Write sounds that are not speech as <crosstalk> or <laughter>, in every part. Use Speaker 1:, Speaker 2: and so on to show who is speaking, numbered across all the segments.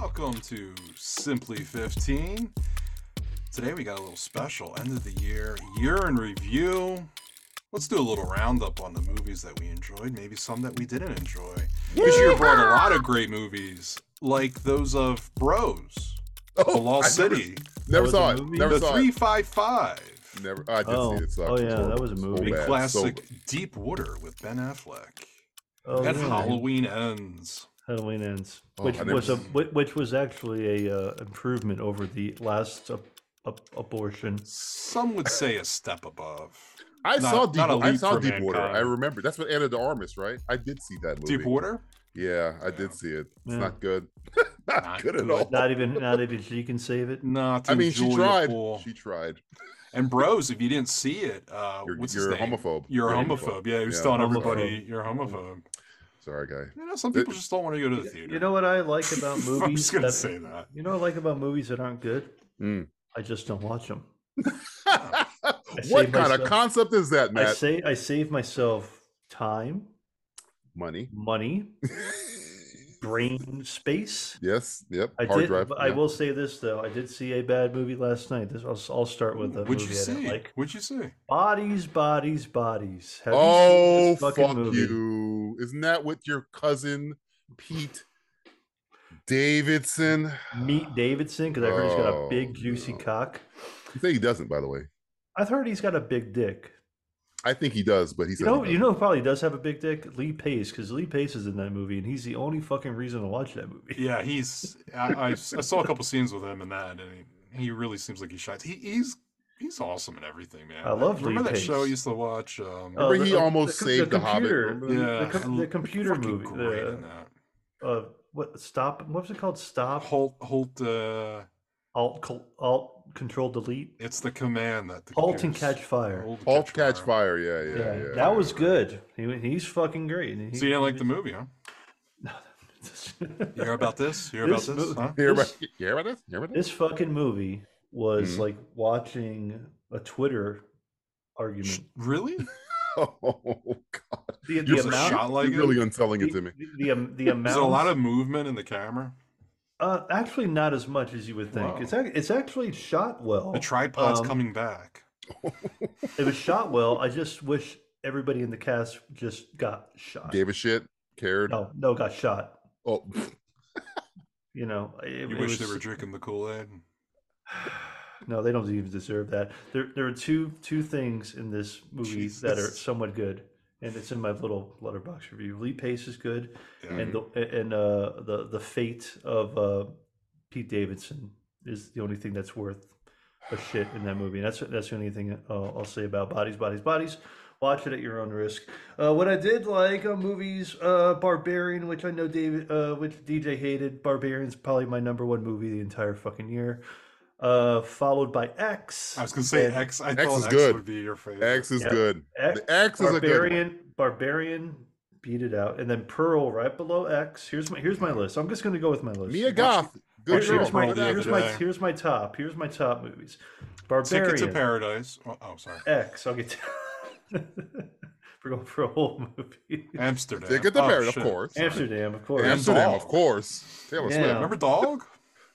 Speaker 1: Welcome to Simply 15. Today we got a little special end of the year, year in review. Let's do a little roundup on the movies that we enjoyed, maybe some that we didn't enjoy. This year brought a lot of great movies, like those of Bros, The Lost
Speaker 2: Oh, I never-
Speaker 1: City,
Speaker 2: Never
Speaker 3: That was
Speaker 2: saw
Speaker 3: a
Speaker 2: it.
Speaker 3: movie?
Speaker 2: Never
Speaker 1: The
Speaker 2: saw it.
Speaker 1: 355,
Speaker 2: Never. I did
Speaker 3: Oh.
Speaker 2: see it. So
Speaker 3: Oh, yeah, that was a movie.
Speaker 1: a
Speaker 3: Bad,
Speaker 2: So
Speaker 1: classic
Speaker 2: bad.
Speaker 1: Deep Water with Ben Affleck,
Speaker 3: Oh,
Speaker 1: and
Speaker 3: yeah.
Speaker 1: Halloween Ends.
Speaker 3: Halloween ends,
Speaker 2: Oh,
Speaker 3: which
Speaker 2: I never
Speaker 3: was a
Speaker 2: seen-
Speaker 3: whi- which was actually a uh, improvement over the last ab- ab- abortion.
Speaker 1: Some would say a step above.
Speaker 2: I
Speaker 1: Not-
Speaker 2: saw
Speaker 1: not
Speaker 2: Deep.
Speaker 1: a
Speaker 2: I
Speaker 1: leap
Speaker 2: saw
Speaker 1: for
Speaker 2: Deep Water. I
Speaker 1: mankind.
Speaker 2: remember. That's what Anna de Armas, right? I did see that movie.
Speaker 1: Deep Water?
Speaker 2: Yeah, I
Speaker 1: Yeah.
Speaker 2: did see it. It's
Speaker 3: Yeah.
Speaker 2: not good. <laughs> not,
Speaker 1: Not
Speaker 2: good
Speaker 1: good.
Speaker 2: at all.
Speaker 3: Not even not even she can save it.
Speaker 1: Not
Speaker 2: I mean, she tried.
Speaker 1: enjoyable.
Speaker 2: She tried.
Speaker 1: And bros, if you didn't see it, uh,
Speaker 2: You're,
Speaker 1: what's
Speaker 2: you're a
Speaker 1: his name?
Speaker 2: homophobe.
Speaker 1: You're a homophobe. Yeah, he was
Speaker 2: Yeah.
Speaker 1: telling
Speaker 3: Homophobe.
Speaker 1: everybody you're a homophobe.
Speaker 2: Sorry,
Speaker 1: <laughs>
Speaker 2: guy.
Speaker 1: You know, some
Speaker 2: Th-
Speaker 1: people just don't want to go to the theater.
Speaker 3: You know what I like
Speaker 2: <laughs>
Speaker 3: about
Speaker 1: <laughs>
Speaker 3: movies?
Speaker 1: I'm just gonna
Speaker 3: that-
Speaker 1: say that.
Speaker 3: You know what I like about movies that aren't good?
Speaker 2: Mm.
Speaker 3: I just don't watch them.
Speaker 2: <laughs> what
Speaker 3: saved
Speaker 2: kind of
Speaker 3: myself-
Speaker 2: concept is that,
Speaker 3: I
Speaker 2: Matt?
Speaker 3: say I save myself time,
Speaker 2: Money. <laughs>
Speaker 3: money, brain space.
Speaker 2: yes. Yep.
Speaker 3: I
Speaker 2: Hard
Speaker 3: did.
Speaker 2: drive.
Speaker 3: but I
Speaker 2: yeah.
Speaker 3: will say this though. I did see a bad movie last night. This I'll, I'll start with a
Speaker 1: What'd
Speaker 3: movie
Speaker 1: you
Speaker 3: I didn't
Speaker 1: see?
Speaker 3: like.
Speaker 1: What'd you see?
Speaker 3: Bodies, bodies, bodies. Have
Speaker 2: Oh
Speaker 3: you seen this
Speaker 2: fuck
Speaker 3: fucking movie?
Speaker 2: you! Isn't that with your cousin Pete Davidson?
Speaker 3: Meet Davidson because I heard he's got a
Speaker 2: Oh,
Speaker 3: big juicy
Speaker 2: no.
Speaker 3: cock.
Speaker 2: I think he doesn't, by the way.
Speaker 3: I've heard he's got a big dick.
Speaker 2: I think he does, but he's
Speaker 3: You
Speaker 2: said
Speaker 3: know,
Speaker 2: he
Speaker 3: you know, who probably does have a big dick. Lee Pace, because Lee Pace is in that movie, and he's the only fucking reason to watch that movie.
Speaker 1: Yeah, he's. I, I, I saw a couple scenes with him in that, and he, he really seems like he shines. He, he's he's awesome in everything, man.
Speaker 3: I love
Speaker 1: Remember
Speaker 3: Lee
Speaker 1: that show I
Speaker 3: Pace.
Speaker 1: used to watch? Um,
Speaker 2: Remember
Speaker 3: Uh, the-
Speaker 2: he almost
Speaker 3: co-
Speaker 2: saved the Hobbit,
Speaker 3: computer-
Speaker 2: remember
Speaker 3: the-
Speaker 1: yeah,
Speaker 3: the, com-
Speaker 1: and
Speaker 3: the computer
Speaker 1: fucking
Speaker 3: movie.
Speaker 1: Great
Speaker 3: the,
Speaker 1: in that.
Speaker 3: uh, what stop? What was it called? Stop.
Speaker 1: Holt Holt. Uh,
Speaker 3: Alt. Col- Alt. Control. Delete.
Speaker 1: it's the command that the
Speaker 3: Halt and
Speaker 1: computers-
Speaker 3: catch fire.
Speaker 1: Halt,
Speaker 2: Halt catch fire. Yeah, yeah, yeah.
Speaker 3: that was good. He, he's fucking great. and
Speaker 1: So
Speaker 3: he-
Speaker 1: you didn't like the movie, huh? <laughs> You hear about this? You hear
Speaker 3: This
Speaker 1: about this?
Speaker 3: mo-
Speaker 1: Huh?
Speaker 2: <laughs> Hear about,
Speaker 3: This-
Speaker 2: hear about this? Hear about this?
Speaker 3: this fucking movie was
Speaker 1: Mm-hmm.
Speaker 2: Mhm.
Speaker 3: like watching a Twitter argument.
Speaker 1: Really?
Speaker 2: <laughs> Oh god!
Speaker 3: The, the
Speaker 2: You're
Speaker 1: There's a
Speaker 3: amount,
Speaker 1: shot like
Speaker 2: You're
Speaker 1: it?
Speaker 2: really unselling
Speaker 3: the,
Speaker 2: it to
Speaker 3: <laughs>
Speaker 2: me.
Speaker 3: the, the,
Speaker 1: <laughs>
Speaker 3: am- the amount,
Speaker 1: Is there a lot of movement in the camera?
Speaker 3: uh, actually not as much as you would think.
Speaker 1: Wow.
Speaker 3: It's ac- it's actually shot well.
Speaker 1: The tripod's
Speaker 3: um,
Speaker 1: coming back.
Speaker 3: It was shot well. I just wish everybody in the cast just got shot.
Speaker 2: Gave a shit. Cared.
Speaker 3: no, no, got shot.
Speaker 2: Oh,
Speaker 3: You know, it,
Speaker 1: You
Speaker 3: it
Speaker 1: wish they
Speaker 3: was-
Speaker 1: were drinking the Kool Aid.
Speaker 3: No, they don't even deserve that. There, there are two two things in this movie that are
Speaker 1: Jesus.
Speaker 3: somewhat good, and it's in my little letterbox review. Lee Pace is good,
Speaker 1: Yeah.
Speaker 3: and the and uh, the the fate of uh, Pete Davidson is the only thing that's worth a shit in that movie. And that's that's the only thing uh, I'll say about bodies, bodies, bodies. Watch it at your own risk. Uh, what I did like uh, movies, uh, Barbarian, which I know David, uh, which DJ hated. Barbarian's probably my number one movie the entire fucking year. Uh, followed by X.
Speaker 1: I was gonna say
Speaker 3: and
Speaker 1: X. I
Speaker 2: X
Speaker 1: thought
Speaker 2: is
Speaker 1: X
Speaker 2: good.
Speaker 1: would be your favorite.
Speaker 2: X is
Speaker 3: Yeah.
Speaker 2: good.
Speaker 3: X-
Speaker 2: The X is a good one.
Speaker 3: Barbarian, Barbarian beat it out, and then Pearl right below X. Here's my here's my list. I'm just gonna go with my list.
Speaker 2: Mia Goth. Good
Speaker 1: Watch-
Speaker 3: Here's,
Speaker 2: girl.
Speaker 3: here's, my,
Speaker 1: Pearl the other
Speaker 3: here's, my,
Speaker 1: day.
Speaker 3: here's my top. Here's my top movies.
Speaker 1: Ticket to
Speaker 3: Barbarian.
Speaker 1: Paradise. Oh, oh, sorry.
Speaker 3: X. I'll get. <laughs> We're going for a whole movie.
Speaker 1: Amsterdam.
Speaker 2: Ticket to
Speaker 1: Oh,
Speaker 2: Paradise, of
Speaker 1: shit.
Speaker 2: course.
Speaker 3: Amsterdam, of course.
Speaker 2: Amsterdam,
Speaker 1: Dog.
Speaker 2: of course. Taylor
Speaker 3: Yeah.
Speaker 2: Swift.
Speaker 1: Remember
Speaker 2: <laughs>
Speaker 1: dog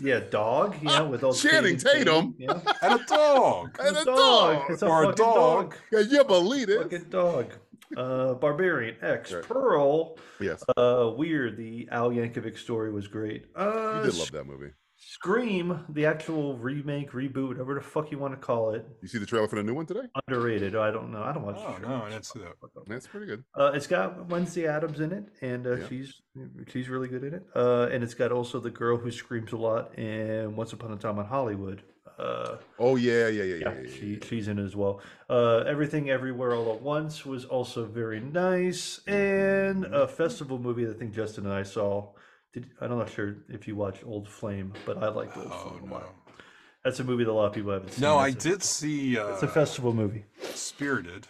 Speaker 3: Yeah, dog. You know, with all the
Speaker 2: Channing
Speaker 3: faded thing,
Speaker 2: Tatum.
Speaker 3: Yeah.
Speaker 1: and a dog.
Speaker 2: And a
Speaker 3: It's a dog.
Speaker 2: dog.
Speaker 3: It's a
Speaker 1: Or a
Speaker 3: fucking dog.
Speaker 2: Can you believe it?
Speaker 3: Fucking dog. Uh, Barbarian X
Speaker 2: Right.
Speaker 3: Pearl.
Speaker 2: Yes.
Speaker 3: Uh, weird. The Al Yankovic story was great.
Speaker 2: You
Speaker 3: Uh,
Speaker 2: did love that movie.
Speaker 3: Scream, the actual remake, reboot, whatever the fuck you want to call it,
Speaker 2: You see the trailer for the new one today?
Speaker 3: Uh, underrated. I don't know. I don't watch.
Speaker 1: Oh no, I didn't see that.
Speaker 2: That's pretty good.
Speaker 3: Uh, it's got Wednesday Adams in it, and uh,
Speaker 2: Yeah.
Speaker 3: she's she's really good in it. Uh, and it's got also the girl who screams a lot in Once Upon a Time in Hollywood. Uh,
Speaker 2: Oh yeah, yeah, yeah, yeah.
Speaker 3: yeah,
Speaker 2: yeah, yeah,
Speaker 3: she, she's in it as well. Uh, Everything Everywhere All at Once was also very nice, and
Speaker 1: Mm-hmm.
Speaker 3: a festival movie that I think Justin and I saw. Did, I'm not sure if you watched Old Flame, but I liked Old
Speaker 1: Oh
Speaker 3: Flame a
Speaker 1: no.
Speaker 3: lot. That's a movie that a lot of people haven't seen.
Speaker 1: No, I
Speaker 3: It's a-
Speaker 1: did see
Speaker 3: It's a
Speaker 1: uh,
Speaker 3: festival movie.
Speaker 1: Spirited,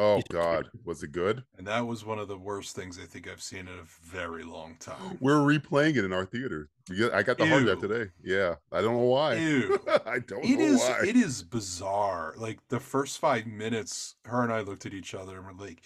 Speaker 2: Oh God, was it good?
Speaker 1: and that was one of the worst things I think I've seen in a very long time.
Speaker 2: We're replaying it in our theater. You get- I got the hard drive
Speaker 1: Ew.
Speaker 2: today. Yeah, I don't know why.
Speaker 1: Ew.
Speaker 2: <laughs> I don't
Speaker 1: It
Speaker 2: know
Speaker 1: is
Speaker 2: why.
Speaker 1: it is bizarre. Like the first five minutes, her and I looked at each other and
Speaker 2: <laughs>
Speaker 1: were like,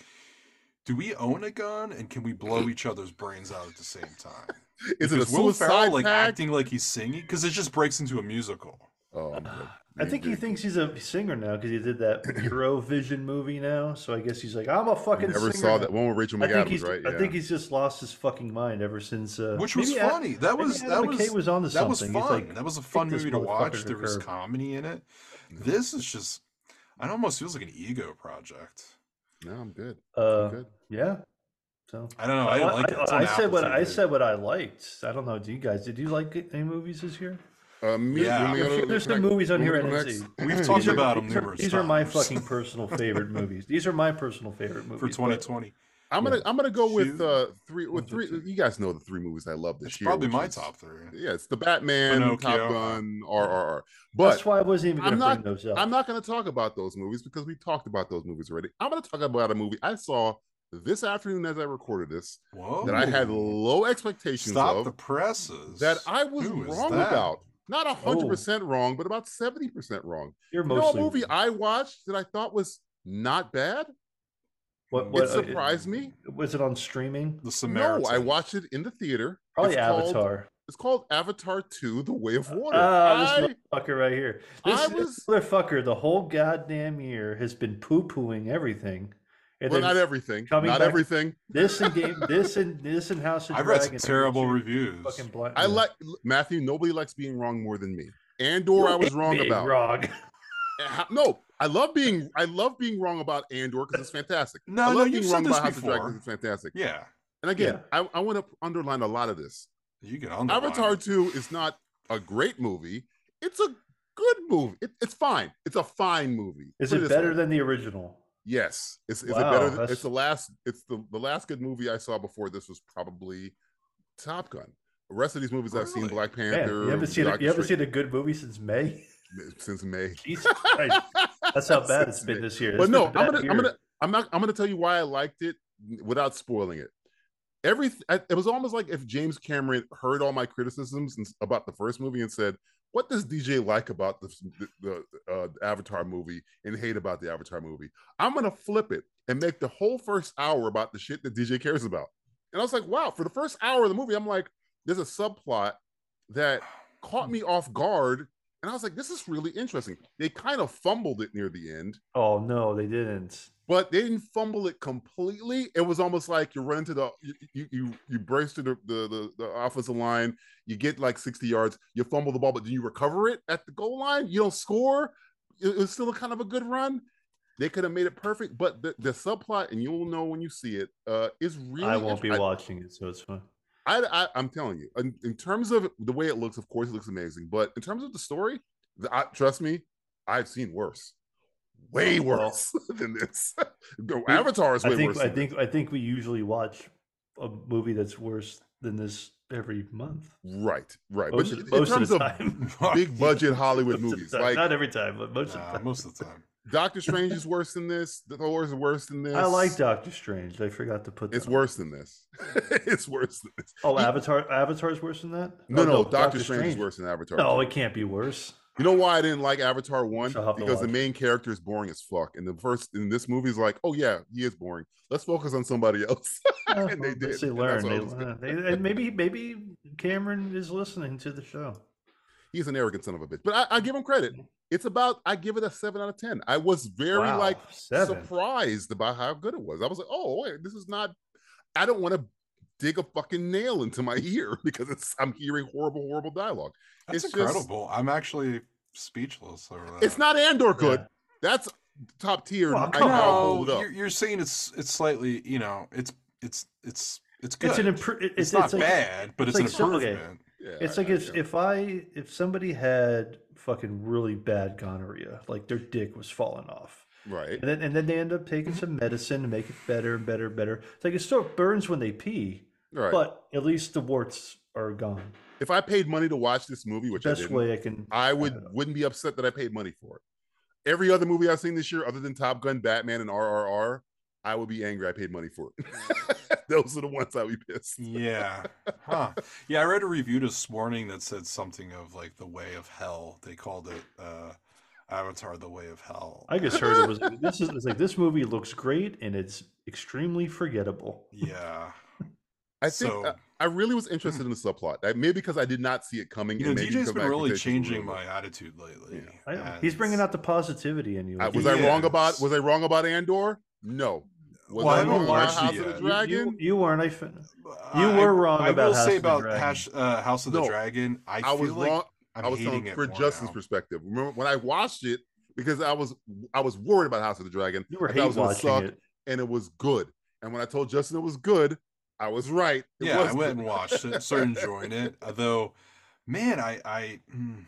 Speaker 1: "Do we own a gun and can we blow each other's brains out at the same time?"
Speaker 2: <laughs> Is it a
Speaker 1: Is Will Ferrell
Speaker 2: suicide
Speaker 1: like
Speaker 2: pact?
Speaker 1: acting like he's singing? Because it just breaks into a musical.
Speaker 2: Oh,
Speaker 1: uh,
Speaker 2: I'm good.
Speaker 3: I think he
Speaker 2: Dude,
Speaker 3: thinks he's a singer now because he
Speaker 1: <clears throat>
Speaker 3: did that Eurovision movie now. So I guess he's like, I'm a
Speaker 2: you
Speaker 3: <sighs> fucking
Speaker 2: never
Speaker 3: singer.
Speaker 2: saw
Speaker 3: now."
Speaker 2: that one with Rachel
Speaker 3: I think, he's,
Speaker 2: McAdams, right?
Speaker 3: I think he's just lost his fucking mind ever since. Uh,
Speaker 1: Which was
Speaker 3: maybe Ad-
Speaker 1: funny. that
Speaker 3: maybe
Speaker 1: was
Speaker 3: Adam
Speaker 1: that
Speaker 3: McKay
Speaker 1: was,
Speaker 3: was on to
Speaker 1: that was
Speaker 3: something.
Speaker 1: fun.
Speaker 3: It's like,
Speaker 1: that was a
Speaker 3: kick
Speaker 1: fun
Speaker 3: this
Speaker 1: movie to watch.
Speaker 3: motherfucker to
Speaker 1: There was
Speaker 3: curb.
Speaker 1: comedy in it.
Speaker 2: Yeah.
Speaker 1: This is just it almost feels like an ego project.
Speaker 2: No, I'm good. I'm
Speaker 3: uh,
Speaker 2: good.
Speaker 3: yeah. So
Speaker 1: I don't know. I didn't like it. It's
Speaker 3: I,
Speaker 1: on
Speaker 3: said
Speaker 1: Apple
Speaker 3: what I
Speaker 1: TV.
Speaker 3: said. What I liked. I don't know. Do you guys? Did you like any movies this year?
Speaker 2: Uh, me,
Speaker 1: Yeah.
Speaker 2: when we
Speaker 1: If
Speaker 2: go to-
Speaker 3: there's
Speaker 2: when
Speaker 3: some
Speaker 2: I-
Speaker 3: movies on
Speaker 2: when we
Speaker 3: here
Speaker 2: go
Speaker 3: I
Speaker 2: next- <laughs>
Speaker 3: didn't
Speaker 1: We've talked
Speaker 3: These are-
Speaker 1: about them
Speaker 3: these are-
Speaker 1: numerous
Speaker 3: These are my
Speaker 1: times.
Speaker 3: fucking personal favorite movies. These are my personal favorite
Speaker 1: <laughs>
Speaker 3: movies
Speaker 1: for
Speaker 3: but
Speaker 1: 2020.
Speaker 2: I'm gonna I'm gonna go with
Speaker 1: Shoot.
Speaker 2: uh three with
Speaker 3: One,
Speaker 2: three.
Speaker 3: two, three.
Speaker 2: You guys know the three movies I love this
Speaker 1: It's
Speaker 2: year.
Speaker 1: probably
Speaker 2: which
Speaker 1: my
Speaker 2: is-
Speaker 1: top three.
Speaker 2: Yeah, it's the Batman,
Speaker 1: Pinocchio.
Speaker 2: Top Gun, RRR.
Speaker 3: That's
Speaker 2: But
Speaker 3: why I wasn't even
Speaker 2: I'm
Speaker 3: going to
Speaker 2: not-
Speaker 3: bring those up.
Speaker 2: I'm not gonna talk about those movies because we talked about those movies already. I'm gonna talk about a movie I saw this afternoon as I recorded this
Speaker 1: Whoa!
Speaker 2: that I had low expectations
Speaker 1: Oh. Stop
Speaker 2: of
Speaker 1: the presses.
Speaker 2: that I was
Speaker 1: Who is
Speaker 2: wrong
Speaker 1: that?
Speaker 2: about. Not hundred
Speaker 3: Oh.
Speaker 2: percent wrong, but about seventy percent wrong.
Speaker 3: You're
Speaker 2: You know, a
Speaker 3: mostly
Speaker 2: movie I watched that I thought was not bad.
Speaker 3: What-
Speaker 2: It
Speaker 3: what- uh,
Speaker 2: surprised me.
Speaker 3: was it on streaming?
Speaker 1: The Samaritan.
Speaker 2: No, I watched it in the theater.
Speaker 3: Probably
Speaker 2: It's called-
Speaker 3: Oh, Avatar.
Speaker 2: It's called Avatar 2 The Way of Water.
Speaker 3: Ah,
Speaker 2: I,
Speaker 3: this motherfucker right here. This,
Speaker 2: I
Speaker 3: this
Speaker 2: was-
Speaker 3: motherfucker the whole goddamn year has been poo pooing everything, and
Speaker 2: well,
Speaker 3: then
Speaker 2: <laughs> not everything.
Speaker 3: coming
Speaker 2: Not
Speaker 3: back-
Speaker 2: everything.
Speaker 3: this and game, this and this and House of
Speaker 1: I've read
Speaker 3: Dragon.
Speaker 1: some terrible
Speaker 3: reviews.
Speaker 1: reviews.
Speaker 3: Fucking blind.
Speaker 2: I like Matthew, nobody likes being wrong more than me. Andor, I was wrong
Speaker 3: Big
Speaker 2: about. <laughs>
Speaker 3: Wrong.
Speaker 2: Uh, how- No, I love being I love being wrong about Andor because it's fantastic.
Speaker 1: No,
Speaker 2: I
Speaker 1: no,
Speaker 2: love
Speaker 1: you've
Speaker 2: being
Speaker 1: said
Speaker 2: wrong
Speaker 1: this
Speaker 2: about House of Dragons,
Speaker 1: before.
Speaker 2: it's fantastic.
Speaker 1: Yeah,
Speaker 2: And again,
Speaker 3: Yeah.
Speaker 2: I, I want to underline a lot of this.
Speaker 1: you can underline.
Speaker 2: Avatar
Speaker 1: it.
Speaker 2: 2 is not a great movie. It's a good movie. It, it's fine. It's a fine movie.
Speaker 3: <laughs> Is
Speaker 2: Put
Speaker 3: it
Speaker 2: this
Speaker 3: better
Speaker 2: way.
Speaker 3: than the original?
Speaker 2: Yes, it's it's
Speaker 3: Wow,
Speaker 2: a better.
Speaker 3: that's-
Speaker 2: It's the last. It's the the last good movie I saw before this was probably Top Gun. The rest of these movies I've seen
Speaker 1: Really?
Speaker 2: Black
Speaker 3: Man,
Speaker 2: Panther.
Speaker 3: you haven't seen a,
Speaker 2: Doctor
Speaker 3: you haven't
Speaker 2: Strange,
Speaker 3: seen a good movie
Speaker 2: <laughs>
Speaker 3: since May.
Speaker 2: since May.
Speaker 3: Jesus Christ, that's how bad
Speaker 2: Since
Speaker 3: it's been
Speaker 2: May.
Speaker 3: this year.
Speaker 2: But
Speaker 3: It's
Speaker 2: no,
Speaker 3: been a
Speaker 2: I'm
Speaker 3: bad
Speaker 2: gonna I'm
Speaker 3: year.
Speaker 2: gonna I'm not I'm gonna tell you why I liked it without spoiling it. Every it was almost like if James Cameron heard all my criticisms and, about the first movie and said, "What does DJ like about the the, the uh, Avatar movie and hate about the Avatar movie?" I'm gonna flip it and make the whole first hour about the shit that DJ cares about. And I was like, "Wow!" For the first hour of the movie, I'm like, "There's a subplot that caught me off guard." And I was like, this is really interesting. They kind of fumbled it near the end,
Speaker 3: Oh no, they didn't.
Speaker 2: but they didn't fumble it completely. It was almost like you run into the you you you, you burst through the, the the the offensive line, you get like sixty yards, you fumble the ball, but then you recover it at the goal line. You don't score. It, it was still a kind of a good run. They could have made it perfect, but the, the subplot, and you'll know when you see it, uh, is really.
Speaker 3: I won't be
Speaker 2: I-
Speaker 3: watching it, so it's fine.
Speaker 2: I, I I'm telling you, in, in terms of the way it looks, of course, it looks amazing. But in terms of the story, the, I, trust me, I've seen worse, way
Speaker 3: Well-
Speaker 2: worse <laughs> than this. The Avatar is way
Speaker 3: I think
Speaker 2: worse.
Speaker 3: I
Speaker 2: than
Speaker 3: think I think we usually watch a movie that's worse than this every month.
Speaker 2: this. right, right.
Speaker 3: Most,
Speaker 2: but
Speaker 3: of,
Speaker 2: in
Speaker 3: most of
Speaker 2: terms
Speaker 3: the
Speaker 2: of
Speaker 3: time,
Speaker 1: <laughs>
Speaker 3: <laughs>
Speaker 2: big budget Hollywood
Speaker 3: Most of the
Speaker 2: movies,
Speaker 3: time.
Speaker 2: like
Speaker 3: not every time, but most of
Speaker 1: Nah,
Speaker 3: the
Speaker 1: <laughs>
Speaker 3: time.
Speaker 1: most of the time.
Speaker 2: Doctor Strange is worse than this. The Thor is worse than this.
Speaker 3: <laughs> I like Doctor Strange. I forgot to put that.
Speaker 2: It's worse than this. <laughs> it's worse than this.
Speaker 3: Oh,
Speaker 2: He-
Speaker 3: Avatar. Avatar's worse than that.
Speaker 2: No,
Speaker 3: Oh,
Speaker 2: no, Doctor, Strange, is worse than Avatar.
Speaker 3: No,
Speaker 2: two.
Speaker 3: it can't
Speaker 2: <laughs>
Speaker 3: be worse. <laughs>
Speaker 2: You know why I didn't like Avatar One?
Speaker 3: I'll have to
Speaker 2: Because the
Speaker 3: watch it.
Speaker 2: main character is boring as fuck, and the first in this movie is like, oh yeah, he is boring. Let's focus on somebody else. <laughs>
Speaker 3: Uh,
Speaker 2: And they
Speaker 3: well,
Speaker 2: did,
Speaker 3: They
Speaker 2: and that's
Speaker 3: learned.
Speaker 2: what I
Speaker 3: They,
Speaker 2: was gonna-
Speaker 3: learned. They- they- maybe maybe Cameron is listening to the show.
Speaker 2: He's an arrogant son of a bitch. But I, I give him credit. It's about I give it a seven out of ten. I was very
Speaker 3: Wow,
Speaker 2: like
Speaker 3: seven.
Speaker 2: surprised about how good it was. I was like, oh wait, this is not. I don't want to dig a fucking nail into my <laughs> ear because it's, I'm hearing horrible, horrible dialogue.
Speaker 1: That's
Speaker 2: It's just-
Speaker 1: incredible. I'm actually speechless over that.
Speaker 2: It's not Andor good.
Speaker 3: Yeah.
Speaker 2: That's top tier.
Speaker 3: Well,
Speaker 2: I
Speaker 3: come
Speaker 2: now
Speaker 3: on.
Speaker 2: hold up.
Speaker 1: you're, you're saying it's it's slightly you know it's it's it's it's good.
Speaker 3: It's an improvement.
Speaker 1: it's,
Speaker 3: it's
Speaker 1: not
Speaker 3: like-
Speaker 1: bad, but
Speaker 3: it's
Speaker 1: it's,
Speaker 3: like
Speaker 1: an
Speaker 3: so- okay.
Speaker 1: improvement.
Speaker 2: Yeah,
Speaker 3: It's
Speaker 2: I-
Speaker 3: like
Speaker 2: I
Speaker 3: if
Speaker 2: get it.
Speaker 3: if I if somebody had fucking really bad gonorrhea, like their dick was falling off,
Speaker 2: right.
Speaker 3: and then and then they end up taking some medicine to make it better and better and better. It's like it still burns when they pee,
Speaker 2: Right.
Speaker 3: but at least the warts are gone.
Speaker 2: if I paid money to watch this movie, which I
Speaker 3: Best
Speaker 2: didn't,
Speaker 3: way I can.
Speaker 2: I would
Speaker 3: don't know.
Speaker 2: wouldn't be upset that I paid money for it. Every other movie I've seen this year, other than Top Gun, Batman, and RRR, I would be angry I paid money for it. <laughs> Those are the ones I would be pissed.
Speaker 1: Yeah. Huh. Yeah, I read a review this morning that said something of like the way of hell. They called it uh Avatar the Way of Hell.
Speaker 3: I just heard it was like, this is it's like this movie looks great and it's extremely forgettable.
Speaker 1: Yeah.
Speaker 2: I think uh,
Speaker 1: So-
Speaker 2: I, I really was interested in the subplot. I, maybe because I did not see it coming.
Speaker 1: You know,
Speaker 2: and maybe
Speaker 1: DJ's
Speaker 2: because
Speaker 1: been
Speaker 2: my
Speaker 1: really
Speaker 2: expectations were
Speaker 1: changing
Speaker 2: low.
Speaker 1: my attitude lately.
Speaker 3: I know. He's
Speaker 1: and-
Speaker 3: bringing out the positivity in you.
Speaker 2: I, Uh, was
Speaker 3: You-
Speaker 2: I wrong about?
Speaker 1: Yes.
Speaker 2: Was I wrong about Andor? No. Was
Speaker 1: Well, I
Speaker 2: I
Speaker 1: haven't
Speaker 2: wrong about
Speaker 1: watched it
Speaker 2: House of
Speaker 1: yet.
Speaker 2: the
Speaker 1: You-
Speaker 3: you-
Speaker 2: Dragon?
Speaker 3: You, weren't. I fin- You
Speaker 1: I-
Speaker 3: were wrong
Speaker 1: I
Speaker 3: about
Speaker 1: will
Speaker 3: House
Speaker 1: say
Speaker 3: of the
Speaker 1: about
Speaker 3: Dragon.
Speaker 1: Hash, uh, House of the
Speaker 2: No,
Speaker 1: Dragon. I,
Speaker 2: I was
Speaker 1: feel like
Speaker 2: wrong.
Speaker 1: I'm
Speaker 2: I was
Speaker 1: hating
Speaker 2: telling
Speaker 1: it
Speaker 2: for
Speaker 1: more
Speaker 2: Justin's
Speaker 1: now.
Speaker 2: perspective. Remember when I watched it because I was I was worried about House of the Dragon
Speaker 3: you were
Speaker 2: I thought it
Speaker 3: hate
Speaker 2: was gonna
Speaker 3: watching
Speaker 2: suck.
Speaker 3: it.
Speaker 2: and it was good. And when I told Justin it was good, I was right. It
Speaker 1: yeah,
Speaker 2: was
Speaker 1: I went
Speaker 2: good.
Speaker 1: and
Speaker 2: <laughs>
Speaker 1: watched it, started enjoying it. Although, man, I I mm,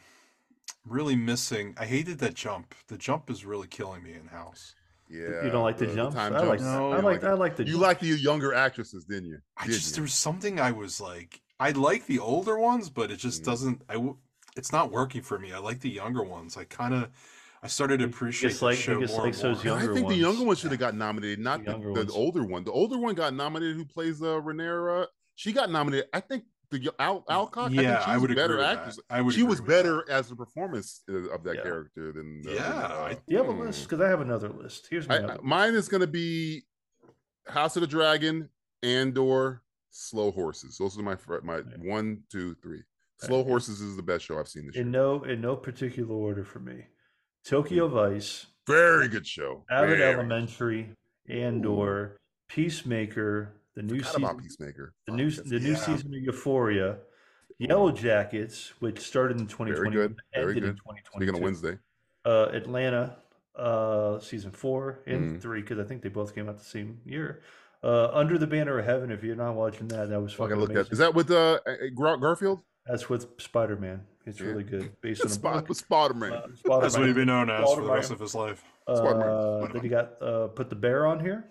Speaker 1: really missing. I hated that jump. The jump is really killing me in house.
Speaker 2: Yeah,
Speaker 3: you don't like the, jumps?
Speaker 2: time
Speaker 3: I like.
Speaker 2: jumps.
Speaker 1: No,
Speaker 3: I
Speaker 2: You
Speaker 3: like.
Speaker 2: it.
Speaker 3: I like the.
Speaker 2: You
Speaker 3: jump.
Speaker 2: like the younger actresses, didn't you?
Speaker 1: I
Speaker 2: Did
Speaker 1: just
Speaker 2: you?
Speaker 1: there was something I was like. I like the older ones, but it just
Speaker 2: Mhm.
Speaker 1: doesn't. I w- it's not working for me. I like the younger ones. I kind of I started to
Speaker 3: You- you
Speaker 1: appreciate the
Speaker 3: dislike- you
Speaker 1: show more.
Speaker 3: dislike
Speaker 1: and more.
Speaker 3: those
Speaker 2: And I
Speaker 3: younger
Speaker 2: think the
Speaker 3: ones.
Speaker 2: younger one should have got nominated, not the,
Speaker 3: younger
Speaker 2: the
Speaker 3: ones.
Speaker 2: older one. The older one got nominated. Who plays uh, Renera? She got nominated. I think the y- Al <laughs> Alcock. I
Speaker 1: yeah,
Speaker 2: think she
Speaker 1: I
Speaker 2: was
Speaker 1: would agree
Speaker 2: better
Speaker 1: with that.
Speaker 2: actress.
Speaker 1: I would.
Speaker 2: She
Speaker 1: agree
Speaker 2: was
Speaker 1: with that.
Speaker 2: better as a performance uh, of that
Speaker 3: Yeah.
Speaker 2: character than uh, than,
Speaker 1: Yeah,
Speaker 2: uh,
Speaker 1: I-
Speaker 3: Do you have
Speaker 2: hmm.
Speaker 3: a list? Because I have another list. Here's my.
Speaker 2: I- I-
Speaker 3: other-
Speaker 2: mine is going to be House of the Dragon, Andor, Slow Horses. Those are my fir- my
Speaker 3: Right.
Speaker 2: one, two, three. Slow
Speaker 3: Right.
Speaker 2: Horses is the best show I've seen this year.
Speaker 3: in no in no particular order for me. Tokyo Vice,
Speaker 2: Very good show.
Speaker 3: Abbott
Speaker 2: Hmm. Very-
Speaker 3: Elementary, Andor, Peacemaker, the new
Speaker 2: Forgot about
Speaker 3: season,
Speaker 2: Peacemaker.
Speaker 3: the
Speaker 2: Fuck,
Speaker 3: new
Speaker 2: that's-
Speaker 3: the new
Speaker 1: Yeah.
Speaker 3: season of Euphoria, Yellow Jackets, which started in 2020,
Speaker 2: good, very
Speaker 3: ended in
Speaker 2: good. Speaking of
Speaker 3: 2022.
Speaker 2: Wednesday,
Speaker 3: Uh, Atlanta, uh, season four and
Speaker 2: Mhm.
Speaker 3: three, because I think they both came out the same year. Uh, Under the Banner of Heaven. If you're not watching that, that was
Speaker 2: I
Speaker 3: fucking
Speaker 2: gotta look
Speaker 3: amazing.
Speaker 2: at. Is that with uh, uh, Gar- Garfield?
Speaker 3: That's with Spider Man. It's
Speaker 2: Yeah.
Speaker 3: really good, based
Speaker 2: <laughs>
Speaker 3: on
Speaker 2: That's
Speaker 3: a
Speaker 2: Spot-
Speaker 3: book.
Speaker 2: with Spider Man.
Speaker 3: Uh,
Speaker 1: That's what
Speaker 3: Spider-Man.
Speaker 1: he'd be known as for the
Speaker 3: Spider-Man.
Speaker 1: rest of his life.
Speaker 2: Spider-Man.
Speaker 3: Uh, then
Speaker 1: Spider-Man.
Speaker 3: you got uh, put the bear on here.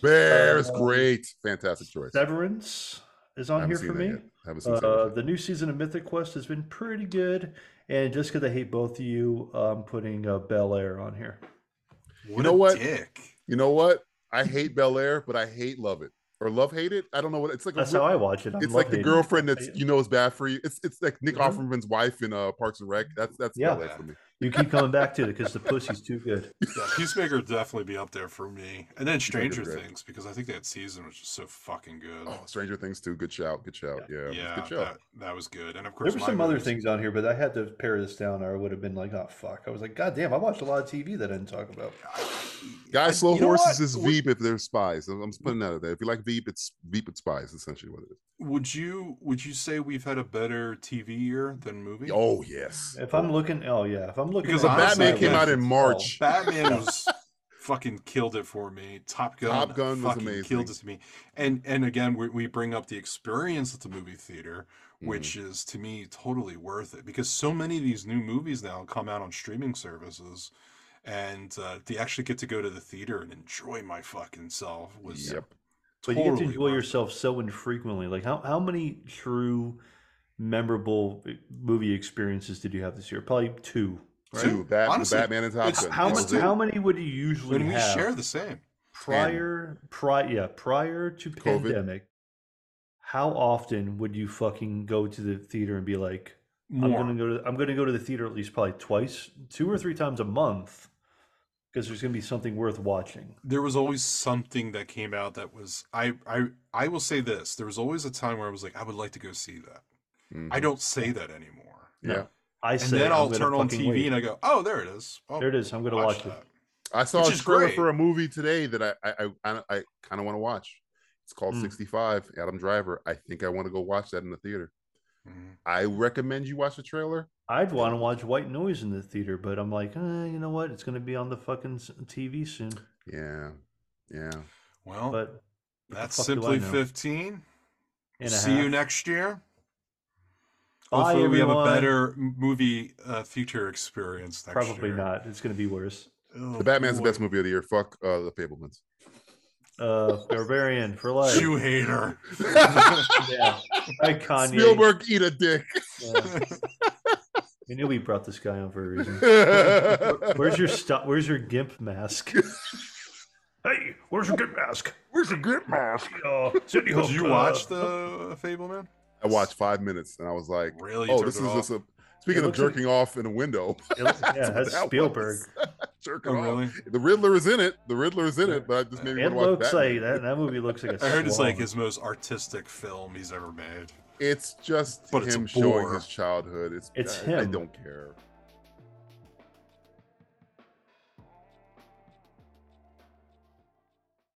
Speaker 2: Bear is
Speaker 3: uh,
Speaker 2: great. Fantastic choice.
Speaker 3: Severance is
Speaker 2: I
Speaker 3: on
Speaker 2: haven't
Speaker 3: here
Speaker 2: seen
Speaker 3: for
Speaker 2: that
Speaker 3: me.
Speaker 2: yet. I haven't seen
Speaker 3: Uh,
Speaker 2: Severance yet.
Speaker 3: the new season of Mythic Quest has been pretty good, and just because I hate both of you, I'm putting uh, Bel Air on here.
Speaker 1: What
Speaker 2: know
Speaker 1: a
Speaker 2: what?
Speaker 1: dick.
Speaker 2: You know what? I hate Bel Air, but I hate love it or love hate it. I don't know what it's like. a
Speaker 3: That's
Speaker 2: weird-
Speaker 3: how I watch it. I'm
Speaker 2: it's like the
Speaker 3: loving it.
Speaker 2: girlfriend that's
Speaker 3: it.
Speaker 2: you know is bad for you. It's it's like Nick
Speaker 3: Mhm.
Speaker 2: Offerman's wife in uh, Parks and Rec. That's that's
Speaker 3: Yeah.
Speaker 2: Bel Air for me.
Speaker 3: You keep coming back to it because the pussy's
Speaker 2: <laughs>
Speaker 3: too good.
Speaker 1: Yeah, Peacemaker would definitely be up there for me. And then
Speaker 2: Peacemaker's
Speaker 1: Stranger
Speaker 2: great.
Speaker 1: Things, because I think that season was just so fucking good.
Speaker 2: Oh, Stranger Things too. Good shout. Good shout. Yeah, it's a
Speaker 1: yeah,
Speaker 2: good show.
Speaker 1: that, that was good. And of
Speaker 3: There
Speaker 1: course,
Speaker 3: were
Speaker 1: my
Speaker 3: some other
Speaker 1: movies.
Speaker 3: things on here, but I had to pare this down, or I would have been like, "Oh fuck!" I was like, "God damn!" I watched a lot of TV that I didn't talk about.
Speaker 1: I- I-
Speaker 2: Guys, slow
Speaker 1: you know
Speaker 2: horses
Speaker 1: what?
Speaker 2: is
Speaker 1: Would-
Speaker 2: Veep if they're spies. I'm, I'm just putting that out there. If you like Veep, it's Veep it's spies. Essentially, what it is.
Speaker 1: Would you would you say we've had a better TV year than movie?
Speaker 2: Oh yes,
Speaker 3: If I'm looking, oh yeah, if I'm looking,
Speaker 1: Because
Speaker 3: at
Speaker 1: the
Speaker 3: my
Speaker 1: Batman
Speaker 3: side
Speaker 1: came
Speaker 3: list,
Speaker 2: out in
Speaker 3: it's
Speaker 2: March.
Speaker 1: Batman was fucking killed it for me. Top Gun,
Speaker 2: Top Gun was
Speaker 1: fucking killed it
Speaker 2: amazing.
Speaker 1: to me. And and again, we, we bring up the experience at the movie theater,
Speaker 2: Mm.
Speaker 1: which is to me totally worth it because so many of these new movies now come out on streaming services, and uh, they actually get to go to the theater and enjoy my fucking self was
Speaker 2: Yep.
Speaker 3: But
Speaker 1: totally
Speaker 3: you get to enjoy
Speaker 1: worth it.
Speaker 3: yourself so infrequently. Like how how many true memorable eh, movie experiences did you have this year? Probably two. Right?
Speaker 2: Two Bat-
Speaker 1: Honestly,
Speaker 2: Batman and Top
Speaker 1: it's-
Speaker 2: Gun.
Speaker 3: How
Speaker 2: That
Speaker 3: much?
Speaker 2: was it.
Speaker 3: How many would you usually
Speaker 1: And we
Speaker 3: have
Speaker 1: share the same.
Speaker 3: prior prior yeah prior to
Speaker 2: COVID.
Speaker 3: pandemic? How often would you fucking go to the theater and be like, I'm
Speaker 1: More.
Speaker 3: gonna go to I'm gonna go to the theater at least probably twice, two or three times a month, because there's gonna be something worth watching.
Speaker 1: there was always something that came out that was I I I will say this. There was always a time where I was like, I would like to go see that.
Speaker 2: Mhm.
Speaker 1: I don't say that anymore.
Speaker 2: Yeah.
Speaker 3: I
Speaker 1: And
Speaker 3: say
Speaker 1: then
Speaker 3: I'm
Speaker 1: I'll
Speaker 3: gonna
Speaker 1: turn on
Speaker 3: fucking
Speaker 1: TV
Speaker 3: wait.
Speaker 1: and I go, Oh, there it is. Oh,
Speaker 3: there it is. I'm gonna watch, it.
Speaker 2: I saw
Speaker 1: Which
Speaker 2: a
Speaker 1: is
Speaker 2: trailer
Speaker 1: great.
Speaker 2: for a movie today that I I I, I kind of want to watch. It's called
Speaker 3: Mm.
Speaker 2: 65 Adam Driver. I think I want to go watch that in the theater.
Speaker 1: Mhm.
Speaker 2: I recommend you watch the trailer.
Speaker 3: I'd want to watch White Noise in the theater, but I'm like, eh, you know what? It's going to be on the fucking s- TV soon.
Speaker 2: Yeah. Yeah.
Speaker 1: Well,
Speaker 3: But the
Speaker 1: that's
Speaker 3: fuck do I
Speaker 1: simply
Speaker 3: know?
Speaker 1: fifteen.
Speaker 3: and a
Speaker 1: See you
Speaker 3: half.
Speaker 1: next year.
Speaker 3: Bye,
Speaker 1: Hopefully we have a
Speaker 3: everyone.
Speaker 1: better m- movie uh, theater experience next
Speaker 3: Probably
Speaker 1: year.
Speaker 3: not. It's going to be worse.
Speaker 1: Oh,
Speaker 2: The Batman's
Speaker 1: boy.
Speaker 2: the best movie of the year. Fuck uh, the Fablemans. <laughs>
Speaker 3: Uh,
Speaker 1: <laughs>
Speaker 3: Barbarian for life.
Speaker 1: You hater.
Speaker 3: <laughs>
Speaker 1: <laughs>
Speaker 3: Yeah. Hi, Kanye.
Speaker 2: Spielberg eat a dick.
Speaker 3: Yeah. we knew we brought this guy on for a reason.
Speaker 2: Where's <laughs>
Speaker 3: Where's your stu- Where's your gimp mask?
Speaker 1: <laughs>
Speaker 3: hey, where's your gimp mask?
Speaker 2: Where's your grip mask?
Speaker 3: Uh, City
Speaker 1: Oh, Did
Speaker 3: Hook,
Speaker 1: you
Speaker 3: uh, <laughs>
Speaker 1: watch the Fableman?
Speaker 2: I watched five minutes and I was like,
Speaker 1: Really? You
Speaker 2: "Oh,
Speaker 1: turned
Speaker 2: this
Speaker 1: it
Speaker 2: is
Speaker 1: off?
Speaker 2: just a Speaking
Speaker 3: It
Speaker 2: of
Speaker 3: looks like-
Speaker 2: jerking off in a window,
Speaker 3: It looks-
Speaker 2: <laughs>
Speaker 3: yeah,
Speaker 2: what
Speaker 3: that's
Speaker 2: that was.
Speaker 3: Spielberg.
Speaker 2: jerking
Speaker 1: Oh,
Speaker 2: off.
Speaker 1: really?
Speaker 2: The Riddler is in it. The Riddler is in it, but I just maybe
Speaker 3: It
Speaker 2: want to watch
Speaker 3: looks
Speaker 2: that.
Speaker 3: like that, that movie looks like a
Speaker 1: I heard it's like
Speaker 3: swamp.
Speaker 1: his most artistic film he's ever made.
Speaker 2: It's just
Speaker 1: But it's a
Speaker 2: him showing
Speaker 1: bore.
Speaker 2: his childhood. It's
Speaker 3: It's
Speaker 2: I, I
Speaker 3: him.
Speaker 2: don't care.